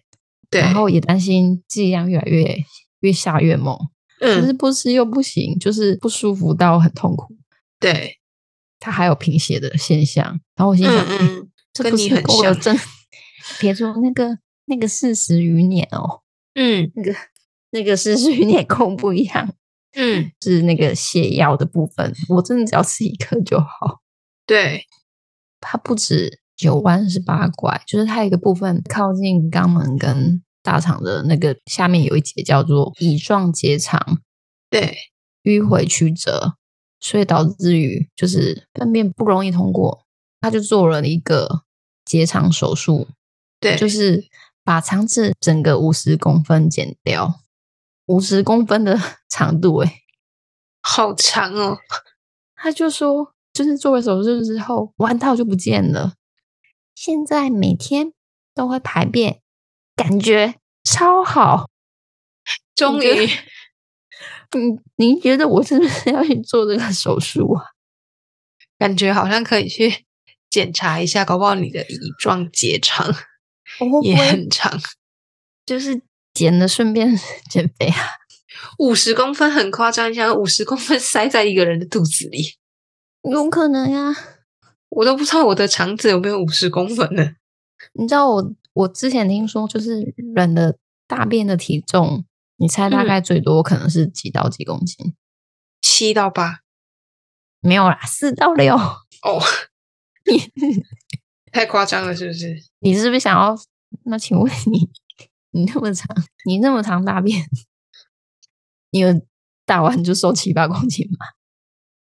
[SPEAKER 2] 对，
[SPEAKER 1] 然后也担心剂量越来越越下越猛，可是
[SPEAKER 2] 嗯，
[SPEAKER 1] 不吃又不行，就是不舒服到很痛苦。
[SPEAKER 2] 对，
[SPEAKER 1] 她还有贫血的现象，然后我心想，哎
[SPEAKER 2] 嗯嗯。
[SPEAKER 1] 这
[SPEAKER 2] 跟
[SPEAKER 1] 不
[SPEAKER 2] 你
[SPEAKER 1] 是
[SPEAKER 2] 很
[SPEAKER 1] 跟我有
[SPEAKER 2] 像
[SPEAKER 1] 真，别说那个那个四十余年哦，
[SPEAKER 2] 嗯
[SPEAKER 1] 那个那个四十余年空不一样，
[SPEAKER 2] 嗯，
[SPEAKER 1] 是那个泻药的部分，我真的只要吃一颗就好。
[SPEAKER 2] 对，
[SPEAKER 1] 它不止九弯十八拐，就是它有一个部分靠近肛门跟大肠的那个下面有一节叫做乙状结肠，
[SPEAKER 2] 对，
[SPEAKER 1] 迂回曲折。所以导致于就是粪便不容易通过，他就做了一个结肠手术，
[SPEAKER 2] 对，
[SPEAKER 1] 就是把肠子整个五十公分剪掉，五十公分的 长度、欸，
[SPEAKER 2] 好长哦，
[SPEAKER 1] 他就说，就是做了手术之后，弯道就不见了。现在每天都会排便，感觉超好。
[SPEAKER 2] 终
[SPEAKER 1] 觉得
[SPEAKER 2] 于
[SPEAKER 1] 嗯，您觉得我是不是要去做这个手术啊？
[SPEAKER 2] 感觉好像可以去检查一下，搞不好你的乙状结肠
[SPEAKER 1] 我会不
[SPEAKER 2] 也
[SPEAKER 1] 会
[SPEAKER 2] 很长，
[SPEAKER 1] 就是减了，顺便 减肥啊？
[SPEAKER 2] 五十公分很夸张，你想五十公分塞在一个人的肚子里，
[SPEAKER 1] 有可能啊呀、
[SPEAKER 2] 我都不知道我的肠子有没有五十公分呢。
[SPEAKER 1] 你知道我我之前听说，就是人的大便的体重，你猜大
[SPEAKER 2] 嗯
[SPEAKER 1] 概最多可能是几到几公斤？
[SPEAKER 2] 七到八
[SPEAKER 1] 没有啦，四到六。
[SPEAKER 2] 哦，
[SPEAKER 1] 你
[SPEAKER 2] 太夸张了，是不是？
[SPEAKER 1] 你是不是想要？那请问你，你那么长，你那么长大便，你有大完就瘦七八公斤吗？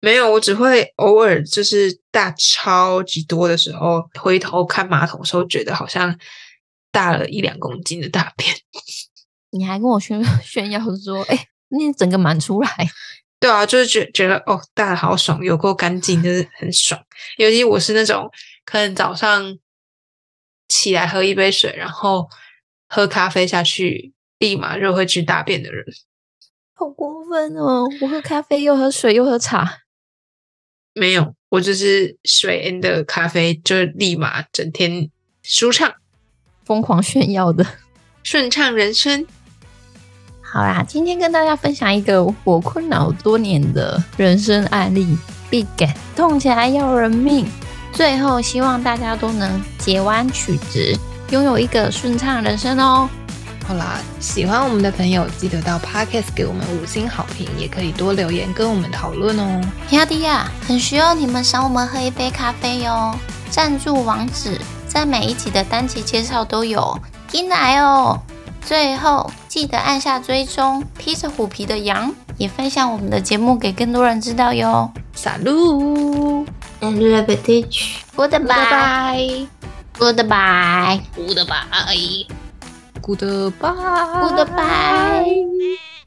[SPEAKER 2] 没有，我只会偶尔就是大超级多的时候，回头看马桶的时候，觉得好像大了一两公斤的大便。
[SPEAKER 1] 你还跟我炫 炫耀说，哎、你整个满出来，
[SPEAKER 2] 对啊，就是觉觉得哦，大的好爽，有够干净，就是很爽。尤其我是那种可能早上起来喝一杯水，然后喝咖啡下去，立马就会去大便的人。
[SPEAKER 1] 好过分哦！我喝咖啡，又喝水，又喝茶，
[SPEAKER 2] 没有，我就是水 and 的咖啡，就立马整天舒畅
[SPEAKER 1] 疯狂炫耀的。
[SPEAKER 2] 顺畅人生。
[SPEAKER 1] 好啦，今天跟大家分享一个我困扰多年的人生案例，必感动起来要人命。最后，希望大家都能截弯取直，拥有一个顺畅人生哦。
[SPEAKER 3] 好啦，喜欢我们的朋友记得到 Podcast 给我们五星好评，也可以多留言跟我们讨论哦。
[SPEAKER 5] 亚迪亚，很需要你们赏我们喝一杯咖啡哟。赞助网址在每一集的单集介绍都有，进来哦。最后记得按下追踪，披着虎皮的羊也分享我们的节目给更多人知道哟。
[SPEAKER 3] 撒路！
[SPEAKER 5] And love it, teach. Goodbye. Goodbye.
[SPEAKER 3] Goodbye。
[SPEAKER 5] Goodbye.